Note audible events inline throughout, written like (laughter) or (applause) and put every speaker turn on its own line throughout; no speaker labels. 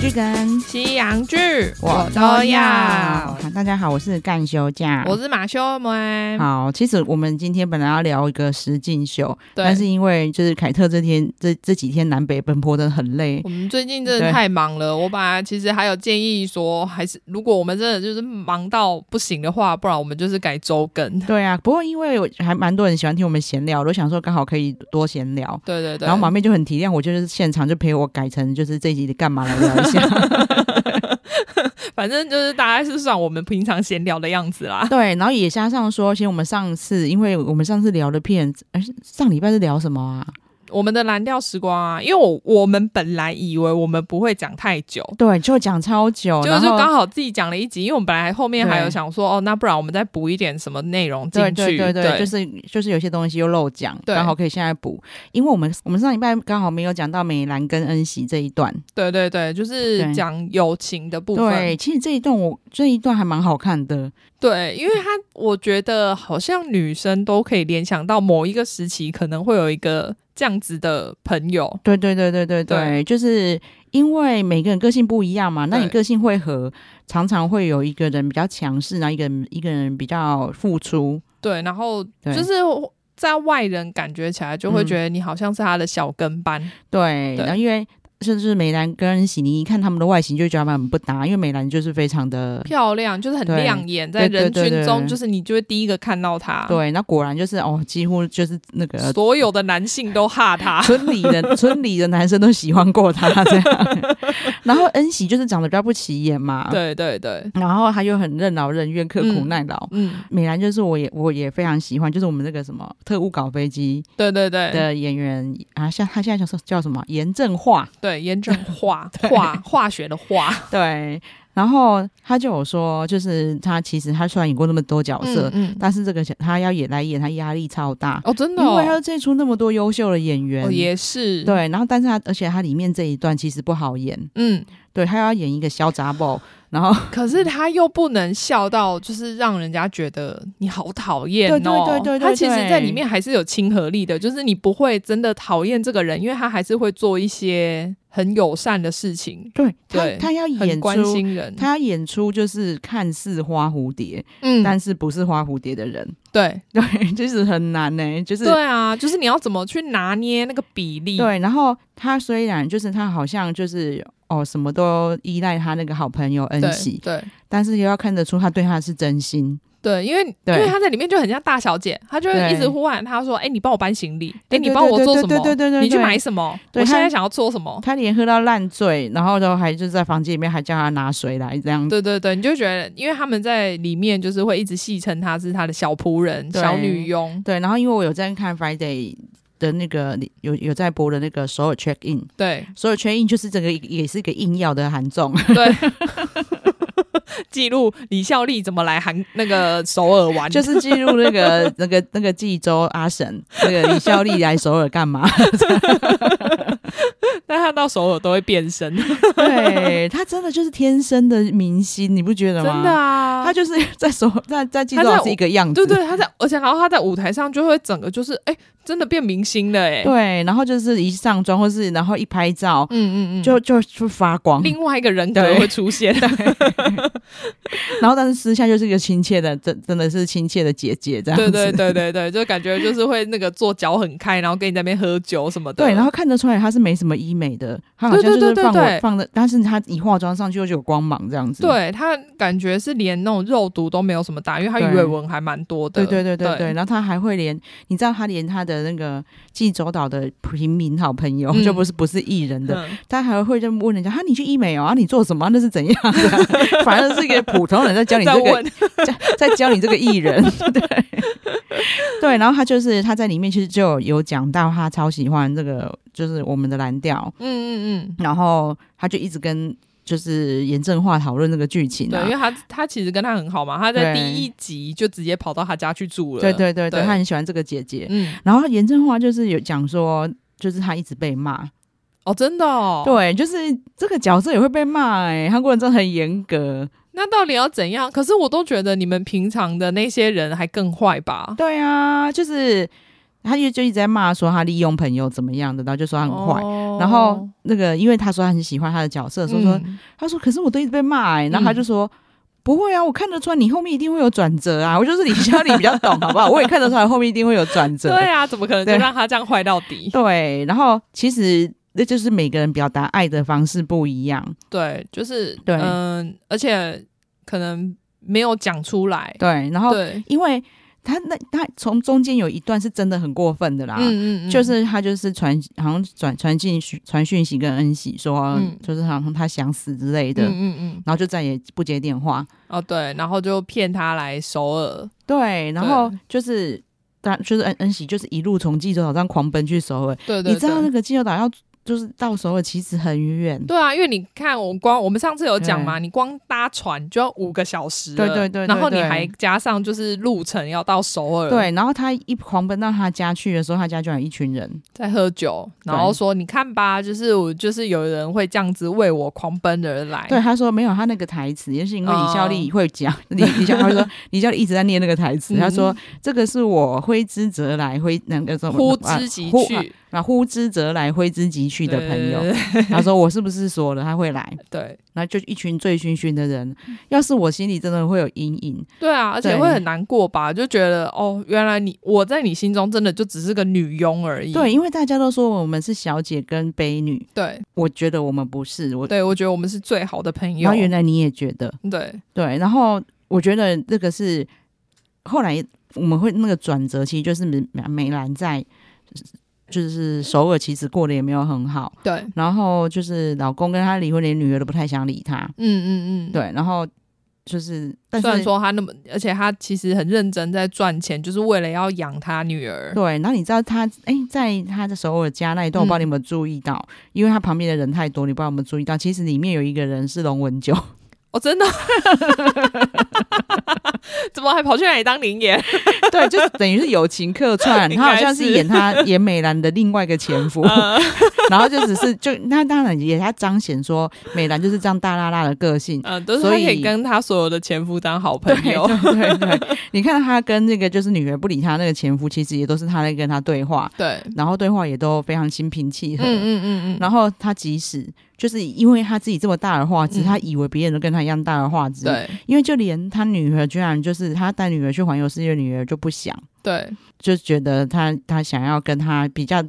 剧跟
西洋剧
好，大家好，我是干休假。
我是马修梅，
好，其实我们今天本来要聊一个实境秀，
对
但，是因为就是凯特这天这这几天南北奔波真的很累
我，们最近真的
对
太忙了。我本来其实还有建议说，还是如果我们真的就是忙到不行的话，不然我们就是改周更。 (laughs)
对啊。不过因为我还蛮多人喜欢听我们闲聊，我就想说刚好可以多闲聊。
对对对，
然后马妹就很体谅我，就是现场就陪我改成就是这一集的干嘛来聊一下。
(laughs) 反正就是大概是算我们平常闲聊的样子啦。
对，然后也加上说，其实我们上次因为我们上次聊的片，哎，上礼拜是聊什么啊？
我们的蓝调时光啊，因为我我们本来以为我们不会讲太久。
对，就讲超久，哦
就
然
是
后
刚好自己讲了一集，因为我们本来后面还有
对
想说，哦，那不然我们再补一点什么内容进
对
去，
对对对，就是就是有些东西又漏讲，
对
刚好可以现在补，因为我们我们上礼拜刚好没有讲到美兰跟恩熙这一段。
对对对，就是
对
讲友情的部分。
对，其实这一段我这一段还蛮好看的，
对，因为他我觉得好像女生都可以联想到某一个时期可能会有一个这样子的朋友。
对对对对对对，
对
就是因为每个人个性不一样嘛，那你
对
个性会合，常常会有一个人比较强势，然后一个人一个人比较付出，
对，然后
对嗯
就是在外人感觉起来就会觉得你好像是他的小跟班。
对，
对
然后因为。甚至美兰跟恩熙，你一看他们的外形就觉得他们很不搭，因为美兰就是非常的
漂亮，就是很
对
亮眼，
对
在
对
人
对
群
对
中，
对
就是你就会第一个看到他。，
对，那果然就是哦，几乎就是那个。
所有的男性都哈他
(laughs) 村里的村里的男生都喜欢过他这样。然后恩喜就是长得比较不起眼嘛，，
对对对，
然后他又很任劳任怨、刻苦
嗯
耐劳。
嗯，
美兰就是我也我也非常喜欢，就是我们那个什么特务搞飞机
对对对
的演员啊，像他现在叫什叫什么严正化，
对，严
(laughs)
正化化化学的化
对，然后他就有说，就是他其实他虽然演过那么多角色，
嗯嗯
但是这个他要演来演他压力超大，
哦，真的
因为他
哦，
要接触那么多优秀的演员，
哦也是，，
对，然后但是他而且他里面这一段其实不好演，
嗯，
对他要演一个小杂包，然后
可是他又不能笑到，就是让人家觉得你好讨厌哦。
对对对对对
他其实在里面还是有亲和力的，就是你不会真的讨厌这个人，因为他还是会做一些很友善的事情，
对 (laughs) 他
(laughs) 对
他要
很
演
关
出
心人。
他要演出就是看似花蝴蝶，
嗯，
但是不是花蝴蝶的人， (laughs)
对
对，就是很难呢、就是
对啊，就是你要怎么去拿捏那个比例？
对然后他虽然就是他好像就是哦什么都依赖他那个好朋友恩
对
喜，
对
但是也要看得出他对他是真心，
对，因为因
对
为他在里面就很像大小姐，她就会
对
一直呼喊她说：“哎，你帮我搬行李，哎，
对
你帮我做什么？
对对对对对对
你去买什么？
对
我现在
她
想要做什么？”
他连喝到烂醉，然后都还就是在房间里面还叫他拿水来这样子。
对对对，你就觉得，因为他们在里面就是会一直戏称他是他的小仆人、
对
小女佣，
对，然后因为我有在看 Friday 的那个有有在播的那个首尔 check in，
对
首尔 check in 就是这个也是一个硬要的韩综，
对。记录李孝利怎么来韩那个首尔玩，
就是是记录那
(laughs)
个那个那个济州阿婶那个李孝利来首尔干
(laughs)
嘛？
但他到首尔都会变身， (laughs) 真
对他真的就是天生的明星，你不觉得
的
吗？
啊，
他就是在首在在济州
他在
岛是一个样子，
对对，他在，而且然后他在舞台上就会整个就是，哎、真的变明星了、哎，
对然后就是一上妆或是然后一拍照、
嗯嗯嗯，
就就就发光，
另外一个人格
对
会出 (laughs) 现，
(laughs) 然后但是私下就是一个亲切的，真真的是亲切的姐姐这样
对
子，
对对对对，就感觉就是会那个做脚很开，然后跟你在那边喝酒什么的，
对，然后看得出来他是没什么医美的，他好像
对
就
对
是
对
放
对对
我放的，但是他一化妆上去就有光芒这样子。
对他感觉是连那种肉毒都没有什么打，因为他鱼尾纹还蛮多的。
对对对对
对
对，然后他还会连，你知道他连他的那个济州岛的平民好朋友，
嗯
就不是不是艺人的，
嗯
他还会就问人家，啊你去医美哦，啊你做什么啊？那是怎样的？
(laughs)
反正是一个普通人在教你
在
这个
问，
在教你这个艺人，对对，然后他就是他在里面其实就有有讲到他超喜欢这个，就是我们的蓝调，
(laughs) 嗯嗯嗯，
然后他就一直跟就是严正化讨论这个剧情
对，
啊
因为，他他其实跟他很好嘛，他在
对
第一集就直接跑到他家去住了。
对对对对，
对
他很喜欢这个姐姐，
嗯，
然后严正化就是有讲说。就是他一直被骂，
哦，真的哦。
对，就是这个角色也会被骂哎、韩国人真的很严格，
那到底要怎样？可是我都觉得你们平常的那些人还更坏吧。
对啊，就是他就就一直在骂说他利用朋友怎么样的，然后就说他很坏，
哦
然后那个，因为他说他很喜欢他的角色，说说、
嗯
他说，可是我都一直被骂、欸，然后他就说。不会啊，我看得出来你后面一定会有转折
(laughs)
啊！我就是李佳丽比较懂，好不好？我也看得出来后面一定会有转折。
对啊，怎么可能就
对
让他这样坏到底？
对，然后其实那就是每个人表达爱的方式不一样。
对，就是
对
嗯，而且可能没有讲出来。
对，然后
对，
因为他那他从中间有一段是真的很过分的啦，
嗯嗯，
就是他就是传好像传传进讯传讯息跟恩喜说，
嗯
就是好像他想死之类的，
嗯嗯嗯，
然后就再也不接电话。
哦对，然后就骗他来首尔，
对，然后就是他就是恩恩喜就是一路从济州岛上狂奔去首尔，
对对，
你知道
对
那个济州岛要就是到首尔其实很远。
对啊，因为你看，我光我们上次有讲嘛，你光搭船就要五个小时了，
对对对对
然后你
对
还加上就是路程要到首尔，，
对，然后他一狂奔到他家去的时候，他家就有一群人。
在喝酒，然后说你看吧，就是我就是有人会这样子为我狂奔而来，
对，他说没有他那个台词，也是因为李孝
哦
利会讲，李李孝
(laughs)
利说李孝利一直在念那个台词，
嗯
他说这个是我挥之则来，挥那个什么
呼之即
呼
去
啊呼之则来，挥之即去的朋友。，他说我是不是说了他会来？
对对
然后就一群醉醺醺的人，要是我心里真的会有阴影。
对啊，而且
对
会很难过吧，就觉得哦，原来你我在你心中真的就只是个女佣而已，
对，因为大家都说我们是小姐跟悲女，
对
我觉得我们不是我。
对，我觉得我们是最好的朋友
然后，原来你也觉得，
对
对，然后我觉得这个是后来我们会那个转折，其实就是梅梅兰在就是首尔其实过得也没有很好，
对，
然后就是老公跟她离婚，连女儿都不太想理她，
嗯嗯嗯，。
对，然后就是但
虽然
是
说他那么，而且他其实很认真在赚钱，就是为了要养他女儿。
对，然后你知道她哎，在她的首尔家那一段，我
嗯
不知道你有没有注意到，因为她旁边的人太多，你不知道有没有注意到，其实里面有一个人是龙文九，
哦，真的， (laughs) 怎么还跑去那里当灵 (laughs) 演？
(laughs) 对，就等于是友情客串，
(laughs) 应
他好
该
像是
是
演他演美兰的另外一个前夫，
嗯
(laughs) 然后就只是就那当然也他彰显说美兰就是这样大辣辣的个
(laughs)
性。
嗯，都是他
所
可
以
以跟他所有的前夫当好朋
对
友。
对对对， (laughs) 你看他跟那个就是女儿不理他那个前夫，其实也都是他在跟他对话，
(laughs) 对，
然后对话也都非常心平气
嗯
和。
嗯嗯嗯，
然后他即使就是因为他自己这么大而化之，
嗯
他以为别人都跟他一样大而化之。，
对
因为就连他女儿居然就是他带女儿去环游世界，女儿就不想。
对，
就觉得他他想要跟他比较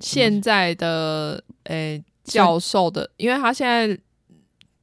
现在的诶、教授的，因为他现在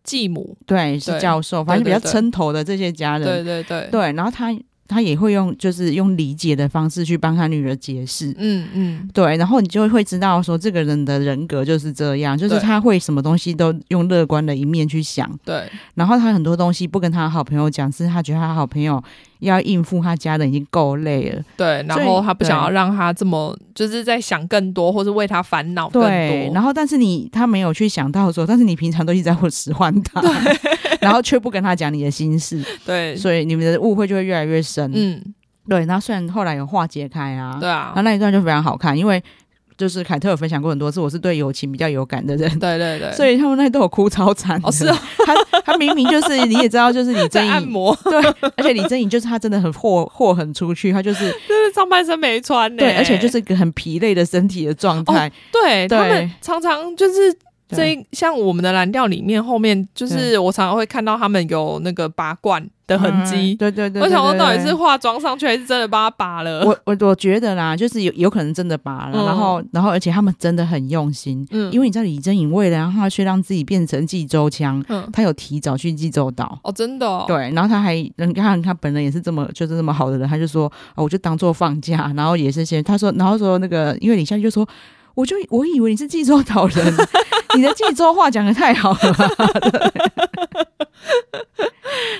继母，
对是
对
教授，反正比较
对对
称头的这些家人，
对对对，
对然后他他也会用就是用理解的方式去帮他女儿解释，
嗯嗯，
对，然后你就会知道说这个人的人格就是这样，就是
对
他会什么东西都用乐观的一面去想，
对
然后他很多东西不跟他好朋友讲，是他觉得他好朋友要应付他家人已经够累了，
对，然
所以
后他不想
对
要让他这么，就是在想更多，或是为他烦恼更
对，
多
然。后但是你他没有去想到说，但是你平常都一直在使唤他， (laughs) 然后却不跟他讲你的心事，
对，
所以你们的误会就会越来越深。
嗯，
对，那虽然后来有化解开啊，
对啊
然后，那一段就非常好看，因为就是凯特有分享过很多次，我是对友情比较有感的人。
对对对，
所以他们那都有哭超惨的
哦是哦
(laughs) 他他明明就是你也知道，就是李
(laughs) 在
正
按
颖，
摩，
对，而且李正颖就是他真的很祸祸很出去，他就是
就是上半身没穿 (laughs) 呢、
对，而且就是一个很疲累的身体的状态，
对他
对
们常常就是。
对
这一像我们的蓝调里面，后面就是我常常会看到他们有那个拔罐的痕迹
嗯。对对对，
哦我想
对
说，到底。
对
是化妆上去，还是真的帮他拔了？
(laughs) 我我我觉得啦，就是有有可能真的拔了，
嗯
然后然后而且他们真的很用心，
嗯
因为你知道李正颖为了让他去让自己变成济州腔，
嗯，
他有提早去济州岛。
哦，真的、哦，
对，然后他还，你看他本人也是这么，就是这么好的人，他就说，哦、我就当做放假，然后也是先，他说，然后说那个，因为李湘就说，我就我以为你是济州岛人， (laughs) 你的济州话讲的太好了 (laughs) 吧，对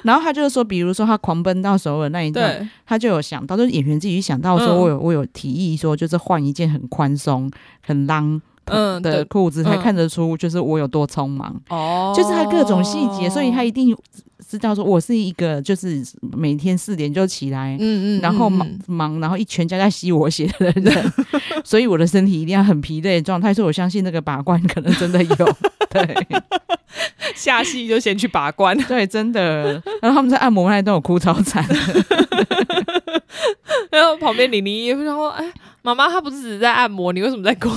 然后他就说，比如说他狂奔到首尔那一段，
对
他就有想到，就是演员自己想到说，
嗯
我有我有提议说，就是换一件很宽松、很浪
嗯
的
对
裤子，
嗯
才看得出就是我有多匆忙，
哦，
就是他各种细节，所以他一定知道说我是一个就是每天四点就起来。
嗯嗯，
然后
嗯
忙 (laughs)
嗯
忙，然后一全家在吸我血的人，
(laughs)
所以我的身体一定要很疲累的状态。所以我相信那个把关可能真的有，
(laughs)
对
下戏就先去拔罐。
对，真的。然后他们在按摩那一段，我哭超惨。
然后旁边李玲一就说：“哎，妈妈，她不是只是在按摩，你为什么在哭？”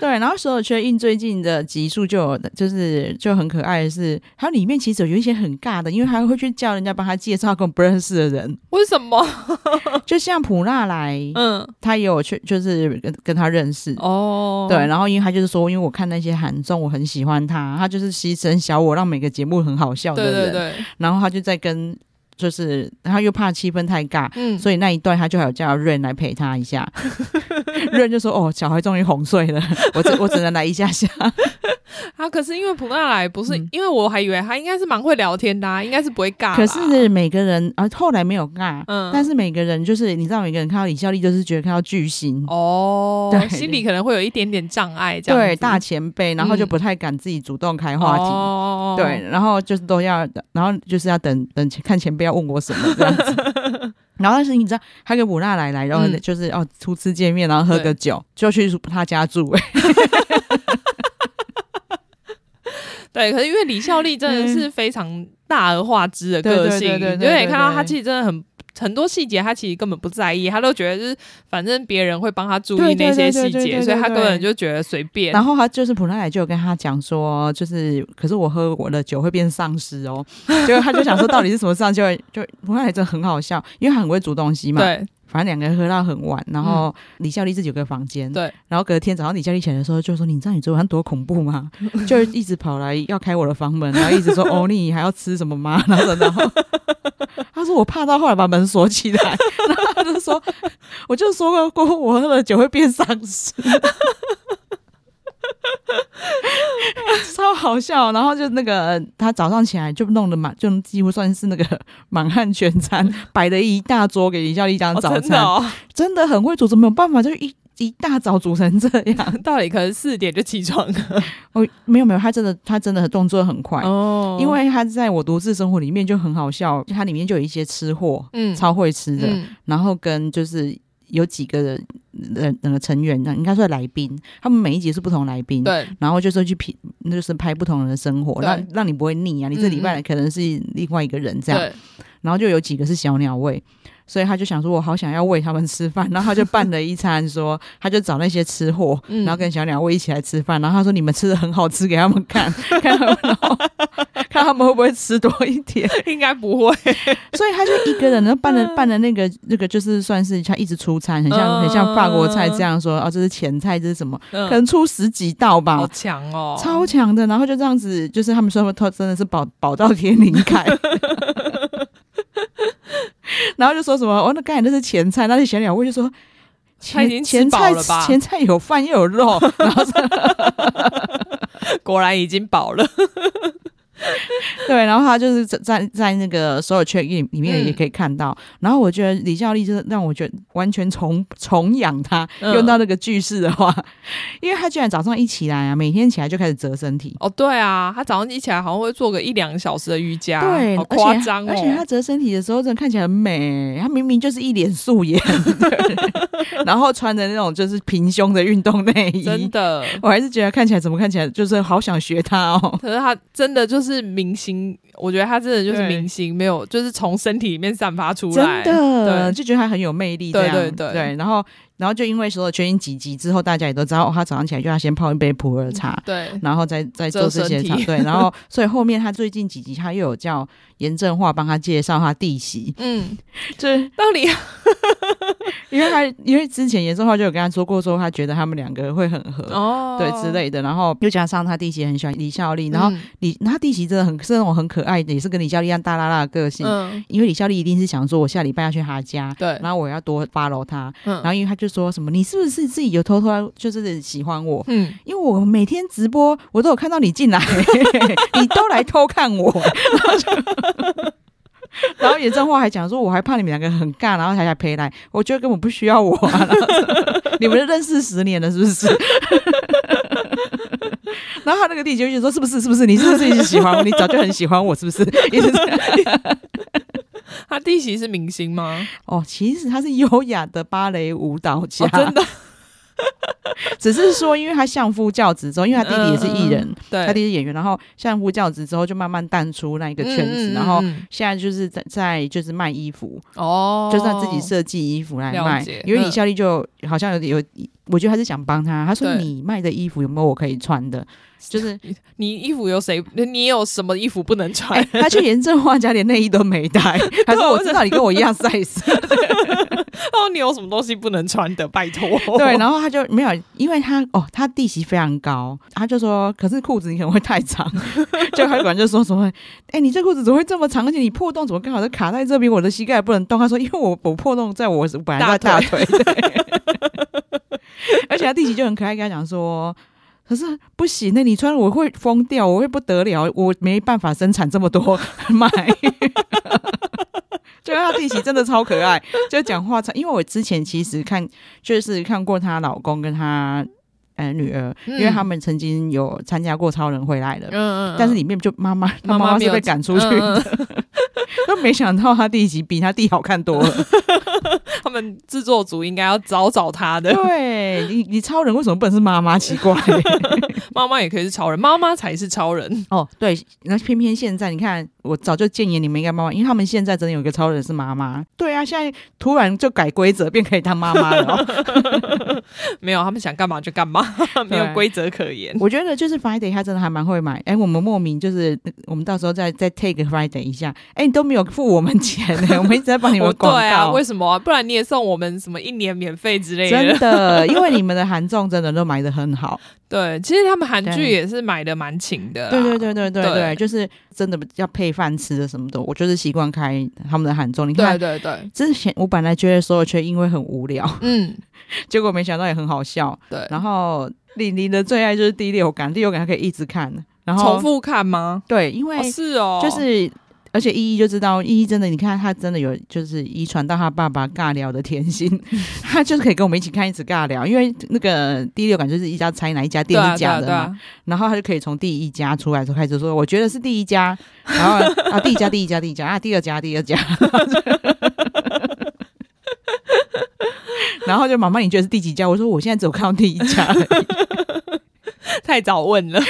对，然后首尔缺印最近的集数就有，就是就很可爱的是，它里面其实有一些很尬的，因为还会去叫人家帮他介绍跟不认识的人，
(laughs) 为什么？
就像普纳来，
哦嗯，
他也有去，就是跟跟他认识。
哦，
对，，然后因为他就是说，因为我看那些韩综，我很喜欢他，他就是牺牲小我，让每个节目很好笑的
对
人。
对对，
然后他就在跟，就是他又怕气氛太尬，
嗯，
所以那一段他就还有叫润来陪他一
(laughs)
下。润就说：“哦，小孩终于哄睡了，我只我只能来一下下。
他啊可是因为普纳莱不是
嗯，
因为我还以为他应该是蛮会聊天的啊，应该是不会尬啦。
可是每个人啊，后来没有尬，
嗯
但是每个人就是你知道，每个人看到李孝利就是觉得看到巨星。
哦，
对
心里可能会有一点点障碍，这样
对
子
大前辈，然后就不太敢自己主动开话题，
哦、
对，然后就是都要，然后就是要等等看前辈要问我什么这样
(laughs)
子。然后但是你知道，他跟武娜来来，然后
嗯
就是、哦初次见面，然后喝个
对
酒，就去他家住、哎
对，可是因为李孝利真的是非常大而化之的个
嗯对
性，
对对对对
因为你看到
对
他其实真的很。很多细节他其实根本不在意，他都觉得就是反正别人会帮他注
对
意
对
那些细
对对对对
节，
对
所以他根本就觉得随便。
然后他就是普拉莱就有跟他讲说，就是可是我喝我的酒会变丧尸哦，结果他就想说到底是什么丧，就就普拉莱真的很好笑，因为他很会煮东西嘛。
对嗯
反正两个人喝到很晚，然后李孝利自己有个房间，
对，
然后隔天早上李孝利起来的时候就说：“你知道你昨晚多恐怖
(laughs)
吗？”就一直跑来要开我的房门，然后一直说：“哦，你还要吃什么吗？”然后然后他说我怕到后来把门锁起来，然后他就说：“我就说过我喝了酒会变丧尸。” (laughs) 超好笑，然后就那个他早上起来就弄得满，就几乎算是那个满汉全餐，摆了一大桌给李孝利当
哦、
早
真
餐，
的哦， (laughs)
真的很会煮，怎么有办法？就是一一大早煮成这样。
到底可能四点就起床了
哦，没有没有，他真的他真的动作很
(laughs)
快，
哦
因为他在我独自生活里面就很好笑，它里面就有一些吃货，
嗯
超会吃的，
嗯
然后跟就是。有几个人，呃，那个成员呢？应该算来宾，他们每一集是不同来宾，
对
然后就是去品，那就是拍不同人的生活，
对嗯
让让你不会腻啊。你这礼拜可能是另外一个人这样，
对 (laughs)
然后就有几个是小鸟胃，所以他就想说，我好想要喂他们吃饭， (laughs) 然后他就办了一餐说，他就找那些吃货，
嗯
然后跟小鸟胃一起来吃饭，然后他说你们吃的很好吃，给他们看，
(laughs)
看他们，然后看他们会不会吃多一点，
应该不会，
所以他就一个人
(laughs)
呢
嗯
办了办了那个那个就是算是他一直出餐，很像很像法国菜这样说，哦这是前菜，这是什么，可
嗯，
能出十几道吧，
好强哦，
超强的，然后就这样子，就是他们说他真的是保保到天灵
(laughs)
盖，然后就说什么哦，那刚才那是前菜，那是小鸟胃，就说
他已经
前前
吃饱
菜
了吧？
前菜有饭又有肉，然后是
果然已经饱了， (laughs)
对，然后他就是在在在那个所有圈里里面
嗯
也可以看到，然后我觉得李孝利就是让我觉得完全崇崇仰他，
嗯
用到那个句式的话， (laughs) 因为他居然早上一起来啊，每天起来就开始折身体，
哦，对啊，他早上一起来好像会做个一两个小时的瑜伽，
对，
啊好
而且
夸张哦。
而且她折身体的时候，真的看起来很美。她明明就是一脸素
(laughs)
颜，对然后穿着那种就是平胸的运动内
真
衣，
的，
我还是觉得看起来怎么看起来就是好想学她哦。
可是他真的就是明星，我觉得他真的就是
对
明星，没有就是从身体里面散发出来，
真的
对
就觉得她很有魅力，这样
对对对
然后然后就因为所有全英几集之后，大家也都知道，哦她早上起来就要先泡一杯普洱茶，
对
然后再再做这
嗯遮身
些
体
操，对，然
(laughs)
后所以后面她最近几集，她又有叫严正化帮她介绍她弟媳，
嗯，
就是
道理 (laughs)
因为他因为之前严正浩就有跟他说过，说他觉得他们两个会很合，
哦，
对之类的。然后又加上他弟媳很喜欢李孝利，然后
嗯
李、他弟媳真的很是那种很可爱的，也是跟李孝利一样大拉拉的个性。
嗯，
因为李孝利一定是想说，我下礼拜要去他家，
对，
然后我要多 follow 他。
嗯
然后因为他就说什么，你是不是自己有偷偷就是喜欢我？
嗯，
因为我每天直播，我都有看到你进来， (laughs) 你都来偷看我。然后就然后严正化还讲说，我还怕你们两个很尬，然后还想陪来，我觉得根本不需要我、啊。 (laughs) 你们认识十年了，是不是？ (laughs) 然后他那个弟弟就一直说，是不是？是不是？你是不是一直喜欢我？你早就很喜欢我，是不 (laughs) 是？一直这样
他弟媳是明星吗？
哦，其实他是优雅的芭蕾舞蹈家，
哦真
的。只是说因为他相夫教子之后，因为他弟弟也是艺人，
嗯对，
他弟弟是演员，然后相夫教子之后就慢慢淡出那一个圈子，
嗯嗯嗯
然后
嗯
现在就是在在就是卖衣服，
哦，
就是他自己设计衣服来卖
了解。嗯
因为李孝利就好像有点有，我觉得他是想帮他，他说
对
你卖的衣服有没有我可以穿的？
(laughs)
就是
你衣服有谁？你有什么衣服不能穿？
他哎去严正画家连内衣都没带，他说我知道你跟我一样 size，
(laughs) 哦，你有什么东西不能穿的？拜托。
对，然后他就没有，因为他哦，他弟媳非常高，他就说，可是裤子你可能会太长， (laughs) 就他管就说什么，哎、你这裤子怎么会这么长？而且你破洞怎么刚好在卡在这边？我的膝盖也不能动。他说，因为我我破洞在我本来在大
大
腿，对 (laughs) 而且他弟媳就很可爱，跟他讲说。可是不行，那你穿我会疯掉，我会不得了，我没办法生产这么多 (laughs) 买。就是啊他弟媳真的超可爱， (laughs) 就讲话超。因为我之前其实看就是看过她老公跟她呃女儿，
嗯
因为他们曾经有参加过超人回来了。
(laughs) 嗯，嗯嗯，
但是里面就妈妈，她
妈妈
妈
没
是
有
被赶出去 (laughs) 的，
嗯嗯嗯
就没想到她弟媳比她弟好看多
(laughs)
了。
他们制作组应该要找找他
(laughs)
的。
对你，你超人为什么不能是妈妈？奇
(laughs)
怪
妈妈也可以是超人，妈妈才是超人。
哦，对，那偏偏现在你看，我早就建议你们应该妈妈，因为他们现在真的有一个超人是妈妈。对啊，现在突然就改规则，变可以当妈妈了哦、
没有，他们想干嘛就干嘛， (laughs) 没有
对
规则可言。
(laughs) 我觉得就是 Friday 他真的还蛮会买，哎、我们莫名就是我们到时候再再 take Friday 一下，哎、你都没有付我们钱 (laughs) 呢、我们一直在帮你们
哦
广告。
对啊，为什么啊、不然你也送我们什么一年免费之类
真
的？
的，因为你们的韩综真的都买的很
(laughs)
好，
对，其实他们韩剧
对
也是买的蛮勤的啦。
对对对对对对，
啊对
就是真的要配饭吃的什么的，我就是习惯开他们的韩综。你
对啊
看
对对，
之前我本来觉得所有却因为很无聊， (laughs)
嗯，
结果没想到也很好笑。
对。
然后李玲的最爱就是第六感，第六感她可以一直看，然后
重复看吗？
对，因为
哦，是哦，
就是。而且依依就知道，依依真的，你看她真的有，就是遗传到她爸爸尬聊的甜心， (laughs) 她就是可以跟我们一起看，一起尬聊。因为那个第六感就是一家猜哪一家
对
店
啊
是
对
假
啊
的
对
嘛，
啊，
然后她就可以从第一家出来之后开始说，我觉得是第一家，然后啊第一家第一家第一家啊第二家第二家， (laughs) 然后就妈妈你觉得是第几家？我说我现在只有看到第一家 (laughs) 而已，
啊太早问
(laughs)
了，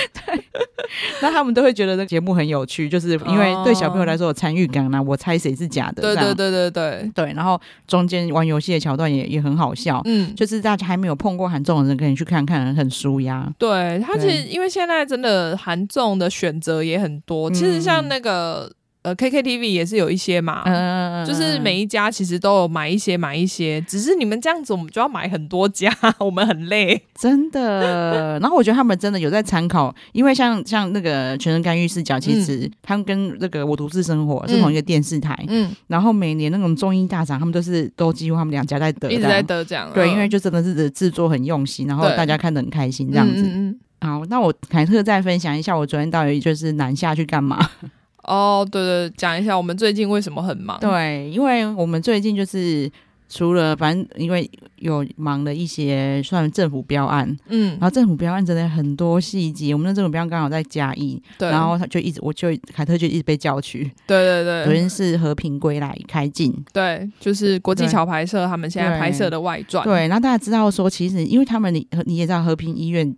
那他们都会觉得这个节目很有趣，就是因为对小朋友来说有参与感啦、啊我猜谁是假的，
哦对
这样
对对对对，
对，然后中间玩游戏的桥段也也很好笑，
嗯，
就是大家还没有碰过韩综的人可以去看看，很舒压。
对他其
对
实因为现在真的韩综的选择也很多，
嗯
其实像那个呃 KKTV 也是有一些嘛。
嗯、
就是每一家其实都有买一些买一些，只是你们这样子，我们就要买很多家， (laughs) 我们很累。
真的，然后我觉得他们真的有在参考，因为像像那个《全身干预视角》，其实他们跟那个《我独自生活》是同一个电视台，
嗯，
然后每年那种综艺大赏，他们都是都几乎他们两家在得，
一直
这样
在得奖。
对，
嗯
因为就真的是制作很用心，然后
对
大家看得很开心这样子。
嗯嗯嗯
好，那我凯特再分享一下，我昨天到底就是南下去干嘛？
哦，对对，讲一下我们最近为什么很忙。
对，因为我们最近就是除了反正因为有忙了一些算政府标案，
嗯
然，后政府标案真的很多细节，我们的政府标案刚好在嘉义，
对，
然后他就一直我就凯特就一直被叫去，
对对
昨
对
天是和平归来开镜。
对，就是国际
对
桥牌社他们现在
对
拍摄的外传。
对，那大家知道说，其实因为他们你你也知道和平医院。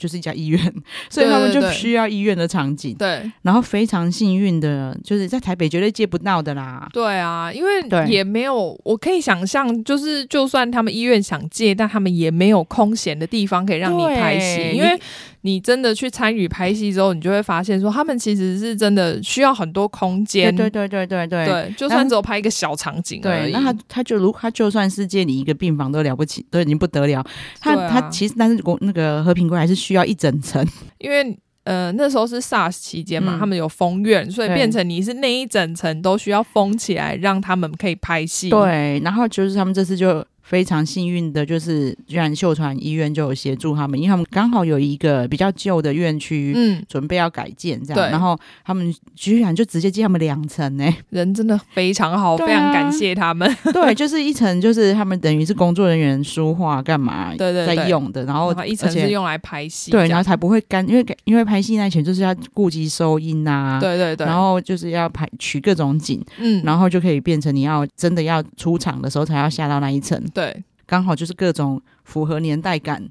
就是一家医院，所以他们
对
就
对
需要医院的场景。
对
然后非常幸运的，就是在台北绝对接不到的啦。
对啊，因为
对
也没有，我可以想象，就是就算他们医院想借，但他们也没有空闲的地方可以让你
对
拍戏，
你
因为你真的去参与拍戏之后，你就会发现说，他们其实是真的需要很多空
对
间，
对对对对对
对就算只有拍一个小场景而
对，
已。
那他他就如他就算是借你一个病房都了不起，都已经不得了。他、
对啊
他其实但是国那个和平归还是需要一整层，
因为呃那时候是 SARS 期间嘛，
嗯
他们有封院，所以
对
变成你是那一整层都需要封起来，让他们可以拍戏。
对，然后就是他们这次就非常幸运的，就是居然秀传医院就有协助他们，因为他们刚好有一个比较旧的院区。
嗯，
准备要改建，这
对
样，然后他们居然就直接借他们两层呢。
人真的非常好，
对啊
非常感谢他们。 (laughs)
对，就是一层，就是他们等于是工作人员书画干嘛
对对对
在用的，然后
然后一层
而且
是用来拍戏这
对，
样，
然后才不会干，因为因为拍戏那前就是要顾及收音呐、啊，
对对对，
然后就是要拍取各种景，
嗯，
然后就可以变成你要真的要出场的时候才要下到那一层，
对
刚好就是各种符合年代感。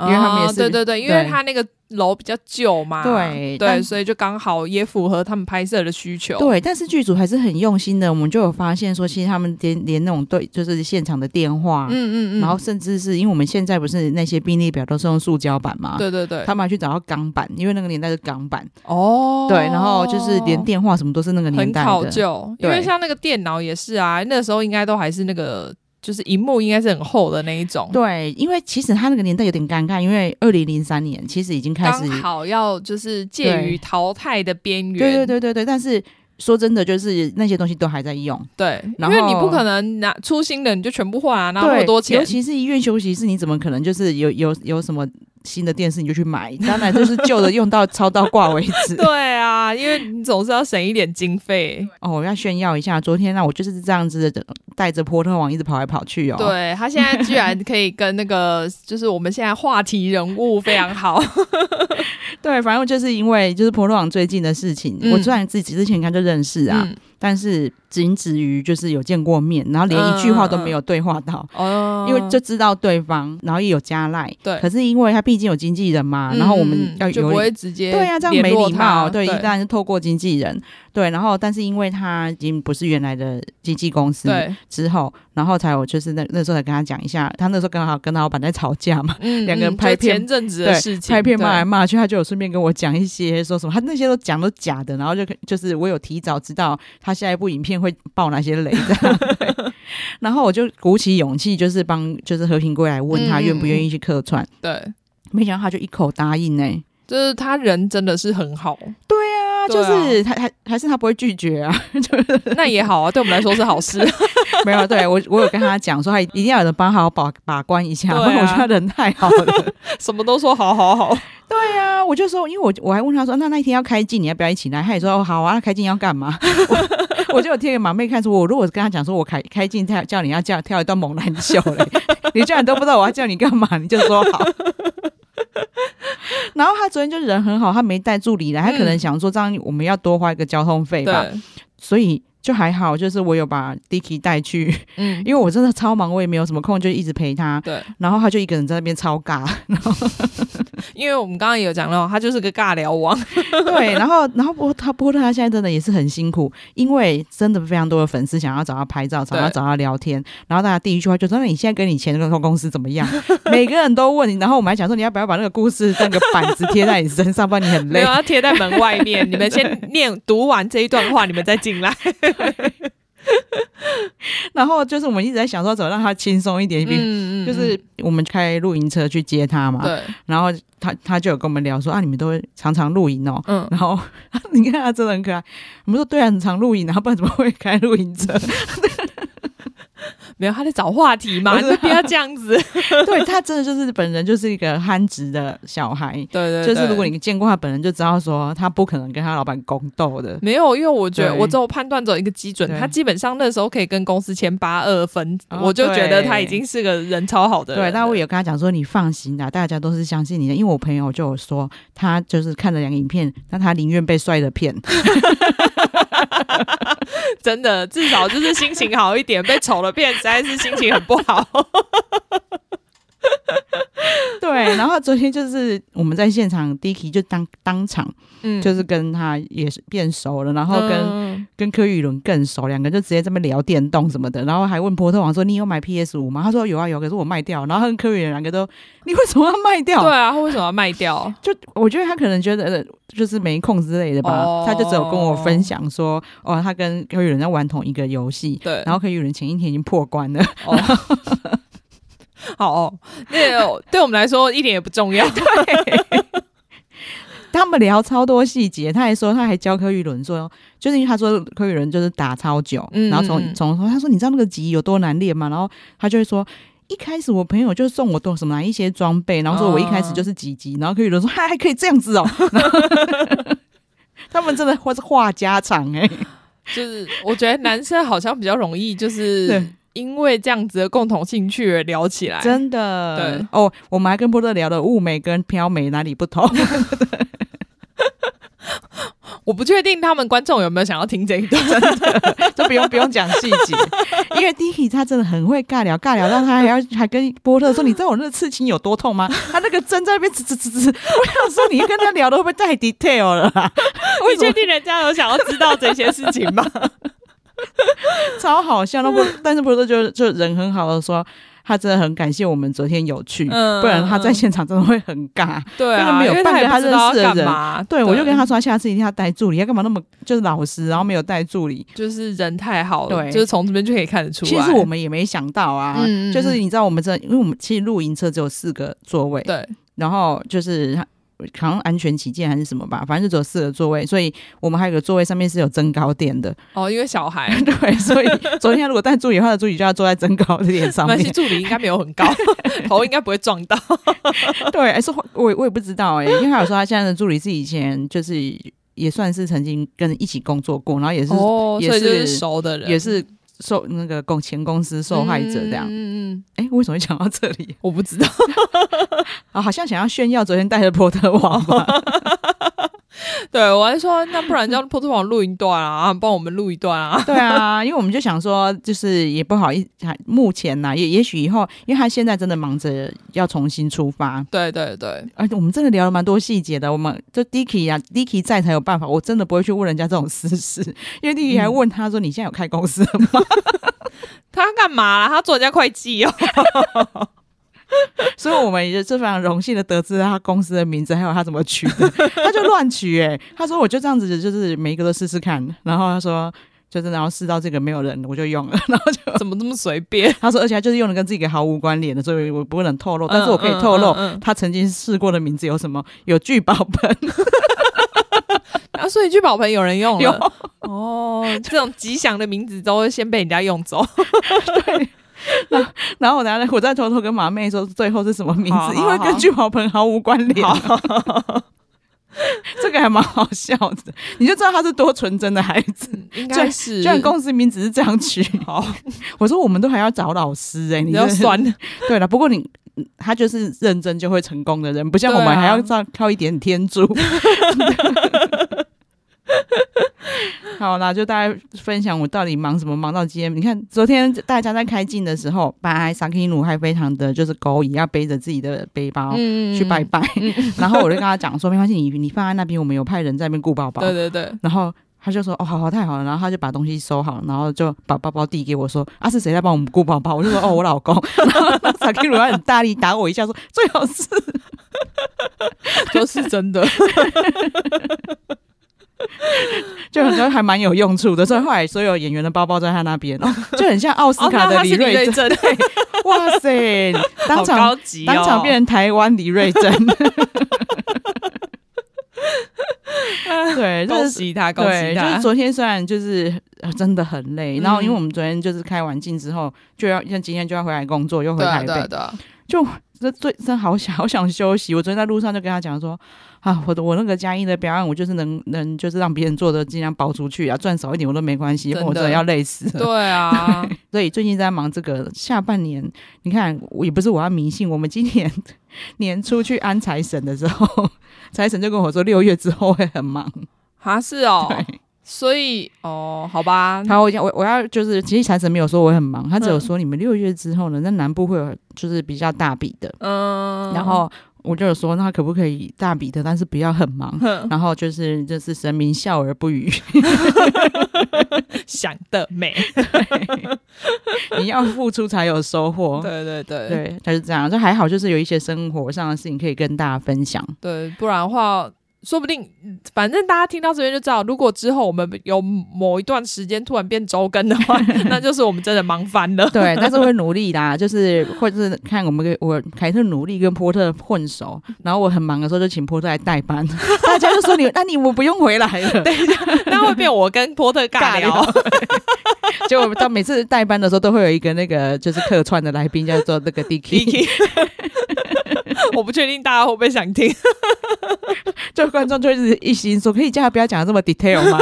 因为他们也
哦
是
对对对，因为
对
它那个楼比较旧嘛，
对
对，
但
所以就刚好也符合他们拍摄的需求。
对，但是剧组还是很用心的，我们就有发现说，其实他们连连那种对，就是现场的电话，
嗯，嗯嗯嗯，
啊然后甚至是因为我们现在不是那些病历表都是用塑胶板嘛，
对对对，
他们还去找到钢板，因为那个年代是钢板，
哦，
对，然后就是连电话什么都是那个年
很
代
考
的，
究，因为
对
像那个电脑也是啊，那时候应该都还是那个，就是荧幕应该是很厚的那一种，
对，因为其实他那个年代有点尴尬，因为二零零三年其实已经开
刚
始，
好要就是介于
对
淘汰的边缘，
对对对对对，但是说真的，就是那些东西都还在用，
对，因
然后
为你不可能拿出新的你就全部换啊，拿那么
对
多钱
尤，其是医院休息室，你怎么可能就是有有有什么新的电视你就去买？当然就是旧的用到抄到挂为止。
(laughs) 对啊，因为你总是要省一点经费。
哦，我要炫耀一下，昨天那、我就是这样子的，带着波特网一直跑来跑去哦。
(laughs) 对他现在居然可以跟那个，就是我们现在话题人物非常 (laughs) 好，
对，反正就是因为就是波特网最近的事情，
嗯
我虽然自己之前跟他就认识啊，
嗯
但是仅止于就是有见过面，然后连一句话都没有对话到。
哦，
因为就知道对方，然后也有加赖，
对
可是因为他毕竟有经纪人嘛，
嗯
然后我
嗯
们
嗯
要
就
有
不会直接
对啊，这样
联
没
络
礼貌。
他
对，
对，
一旦是透过经纪人，对，然后但是因为他已经不是原来的经纪公司
对，
之后，然后才有就是那那时候才跟他讲一下，他那时候刚好跟他老板在吵架嘛，
嗯
两个人
嗯
拍
就
片
前阵子的
对
事情，
拍片骂来
对
骂去，他就有顺便跟我讲一些说什么，他那些都讲都假的，然后就可就是我有提早知道他下一部影片会爆哪些雷
(laughs)
的，对然后我就鼓起勇气，就是帮就是和平归来问他
嗯
愿不愿意去客串，
对，
没想到他就一口答应欸呢、
就是他人真的是很 (laughs) 好，
啊，
对
就
啊
是他还还是他不会拒绝
(laughs)
啊，
那也好啊，对我们来说是好 (laughs) 事。
没有，对我我有跟他讲说，他一定要有人帮好把把关一下，
对啊
不然我觉得他人太好了。
什么都说好好好，
对啊，我就说，因为我我还问他说，啊那那一天要开镜，你要不要一起来？他也说，哦，好啊，那开镜要干嘛？ (laughs) 我我就有贴给马妹看说，我如果跟他讲说我开开镜跳叫你要叫跳一段猛男秀嘞， (laughs) 你居然都不知道我要叫你干嘛，你就说好。 (laughs) 然后他昨天就人很好，他没带助理来，他可能
嗯
想说这样我们要多花一个交通费
对，
吧，所以就还好，就是我有把 Dicky 带去
嗯，
因为我真的超忙，我也没有什么空，就一直陪他。
对，
然后他就一个人在那边超尬，
因为我们刚刚也有讲到，他就是个尬聊王，
对，然后然后波他波特他现在真的也是很辛苦，因为真的非常多的粉丝想要找他拍照，想要
对
找他聊天，然后大家第一句话就说：“那你现在跟你前那个公司怎么样？” (laughs) 每个人都问你，然后我们还讲说你要不要把那个故事那个板子贴在你身上，不然你很
(laughs) 没
累
有。要贴在门外 (laughs) 面。你们先念读完这一段话，你们再进来。
然后就是我们一直在想说怎么让他轻松一点，比
嗯
就是我们开露营车去接他嘛，
对，
然后他他就有跟我们聊说啊，你们都会常常露营哦，
嗯，
(laughs) 然后你看他真的很可爱。我们说对啊，很常露营啊，然后不然怎么会开露营车？
没有他在找话题嘛，
我
你
知道
们不要这
(laughs)
样子。
对他真的就是本人就是一个憨直的小孩，
对对，
就是如果
你。
你见过他本人，就知道说他不可能跟他老板宫斗的。
没有，因为我觉得
对
我只有判断只有一个基准，
对
他基本上那时候可以跟公司签八二分，
哦
我就觉得
对
他已经是个人超好的人
对，
了。
但我有跟他讲说，你放心啦，大家都是相信你的，因为我朋友就有说，他就是看了两个影片，但他宁愿被摔的骗。
(laughs) 真的，至少就是心情好一点，被丑了骗实在是心情很不
(laughs)
好。
对，然后昨天就是我们在现场，Dicky 就当当场
嗯
就是跟他也是变熟了，然后跟
嗯
跟柯宇伦更熟，两个人就直接在那边聊电动什么的，然后还问波特王说：“你有买 PS 五吗？”他说：“有啊有啊，可是我卖掉了。”然后他跟柯宇伦两个都：“你为什么要卖掉？”
对啊，他为什么要卖掉？
就我觉得他可能觉得呃就是没空之类的吧，
哦
他就只有跟我分享说：“哦，他跟柯宇伦在玩同一个游戏。”
对，
然后柯宇伦前一天已经破关了，
哦，好哦，那个对我们来说一点也不重要。 (laughs)
他们聊超多细节，他还说他还教柯宇伦说，就是因为他说柯宇伦就是打超久，
嗯
然后从
嗯嗯
从他说你知道那个级有多难练吗？然后他就会说。一开始我朋友就送我多什么哪一些装备，然后
哦
说我一开始就是几级，然后柯宇伦说还还可以这样子哦， (laughs) 然后他们真的话是话家常哎、
就是我觉得男生好像比较容易，就是
对
因为这样子的共同兴趣而聊起来。
真的
对
哦，我们还跟波特聊了雾眉跟飘眉哪里不同，
我不确定他们观众有没有想要听这一
(laughs)
段，
就不
(laughs)
用不用讲细节，因为 Dicky 他真的很会尬聊，尬聊到他还要还跟波特说：“你知道我那个刺青有多痛吗？”他那个针在那边吱吱吱吱，我想说你跟他聊的会不会太 detail 了啦？
我确定人家有想要知道这些事情吗？
(laughs) 超好笑。那不，但是波特就就人很好的说。他真的很感谢我们昨天有去，
嗯
不然他在现场真的会很尬。
(laughs) 对
那个
啊，
没有
因为
半个
他
他
也不知
认
道
识的
要干
人
嘛。
对，我就跟他说，下次一定要带助理，要干嘛那么就是老实，然后没有带助理。
就是人太好了，
对
就是从这边就可以看得出来。
其实我们也没想到啊，
嗯嗯
就是你知道我们这，因为我们其实露营车只有四个座位，
对
然后就是好像安全起见还是什么吧，反正就只有四个座位，所以我们还有个座位上面是有增高垫的，，
哦，因为小孩
对，所
(laughs)
以昨天如果带助理的话，助理就要坐在增高垫 (laughs) 上
那些
面，
助理应该没有很
(laughs)
高，头应该不会撞到。
对，哎，说我也我也不知道哎、因为他有说他现在的助理是以前就是也算是曾经跟一起工作过，然后也是、
哦，
也
所以就是
是
熟的人，
也是受那个公前公司受害者这样，
嗯嗯嗯，
哎、为什么会讲到这里？
我不知道， (laughs)
啊，好像想要炫耀昨天带的波特网吧？
对我还说，那不然叫波特网录一段啊， (laughs) 帮我们录一段
(laughs)
啊。
对啊，因为我们就想说，就是也不好意思，还目前呐、也也许以后，因为他现在真的忙着要重新出发，
对对对，
而且我们真的聊了蛮多细节的。我们就 Dicky 啊，Dicky 在才有办法，我真的不会去问人家这种私事，因为 Dicky 还问他说：“你现在有开公司了吗 (laughs)
他干嘛啦？他做人家会
(laughs)
计哦。？”
所以我们也是非常荣幸的得知他公司的名字，还有他怎么取的。 (laughs) 他就乱取哎、他说我就这样子，就是每一个都试试看，然后他说。就是，然后试到这个没有人，我就用了。然后就
怎么这么随便？
他说，而且他就是用的跟自己毫无关联的，所以我不能透哦露，但是我可以透露。
嗯嗯嗯嗯
他曾经试过的名字有什么？有聚宝盆， (laughs)
(laughs) 啊，所以聚宝盆有人用
有
了哦，这种吉祥的名字都会先被人家用走。
然后我再我再偷偷跟马妹说最后是什么名字，
好好
因为跟
好
聚宝盆毫无关联。 (laughs) 这个还蛮好笑的，你就知道他是多纯真的孩子。
(laughs)
居
应该
然
是
居然公司名只是这样取， (laughs)
好，
我说我们都还要找老师哎、欸，你
比较
这
酸。
(laughs) 对了，不过你嗯他就是认真就会成功的人，不像我
对
们
啊
还要靠靠一点天助。 (laughs) 好啦，就大家分享我到底忙什么，忙到今天。你看，昨天大家在开镜的时候，拜萨克努还非常的就是狗也要背着自己的背包。
嗯
去拜。拜，然后我就跟他讲说，没关系，你你放在那边，我们有派人在那边顾宝宝。
对对对，
然后他就说：“哦，好好，太好了。”然后他就把东西收好，然后就把包包递给我说：“啊，是谁在帮我们顾宝宝？”我就说：“哦，我老公。”然后萨克鲁还很大力打我一下，说：“最好是。
都是真
(laughs) 哦
的。”
就很多还蛮有用处的。所以后来所有演员的包包都在他那边，哦、就很像奥斯
哦，
卡
那
的
他
李
是李
瑞
瑞
珍。
珍，
哇塞，当
好
场
高级哦，
当场
(laughs)
变成台湾李瑞珍。对，
恭
这是
喜他，恭
对，
喜
就是
他。
昨天虽然就是、呃真的很累，然后因为
嗯
我们昨天就是开完镜之后，就要像今天就要回来工作，又回
对啊
台北，
对啊对啊，
就这最真好想好想休息。我昨天在路上就跟他讲说，啊，我的我那个嘉义的表演，我就是能能就是让别人做的尽量包出去啊，赚少一点我都没关系，因为我
真的
真的要累死了。
对啊，
(laughs) 所以最近在忙这个下半年，你看我也不是我要迷信，我们今年年初去安财神的时候，财神就跟我说六月之后会很忙，
哈是哦，
对。
所以哦，好吧，
好，我要我我要就是，其实财神没有说我很忙，他只
嗯
有说你们六月之后呢，那南部会有就是比较大笔的，
嗯，
然后我就有说，那可不可以大笔的，但是不要很忙，然后就是就是神明笑而不
(laughs)
语，
想得美，
你要付出才有收获。
对对对
对，他是这样，就还好，就是有一些生活上的事情可以跟大家分享。
对，不然的话。说不定，嗯反正大家听到这边就知道，如果之后我们有某一段时间突然变周更的
(laughs)
话，那就是我们真的忙翻了。
对，但是会努力啦，就是或者是看我们跟我凯特努力跟波特混熟，然后我很忙的时候就请波特来代
(laughs)
班，大家就说你，那你我不用回来了。
那会变我跟波特尬聊，
尬结果到每次代班的时候，都会有一个那个就是客串的来宾，叫做那个 Dicky，
Dicky (laughs) 我不确定大家会不会想听。
就观众就一直一心说，可以叫他不要讲的这么 detail 吗？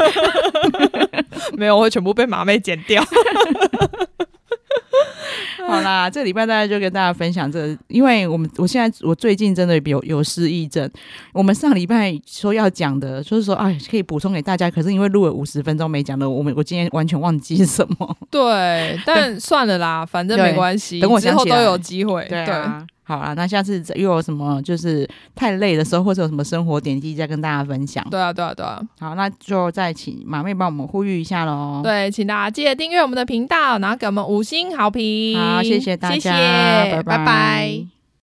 没有，我会全部被马妹剪掉。
(laughs) 好啦，这礼拜大家就跟大家分享这个因为我们我现在我最近真的有有失忆症。我们上礼拜说要讲的，就是说哎可以补充给大家，可是因为录了五十分钟没讲的，我们我今天完全忘记是什么。
对，但算了啦，反正没关系，
对等我
之
想
后
起来
都有机会。
(laughs) 对啊，好啊，那下次又有什么就是太累的时候，或者有什么生活点滴再跟大家分享
对。对啊，对啊，对啊，
好，那就再请马妹帮我们呼吁一下喽。
对，请大家记得订阅我们的频道，然后给我们五星好评。
好，谢谢大家，
谢谢，
拜
拜拜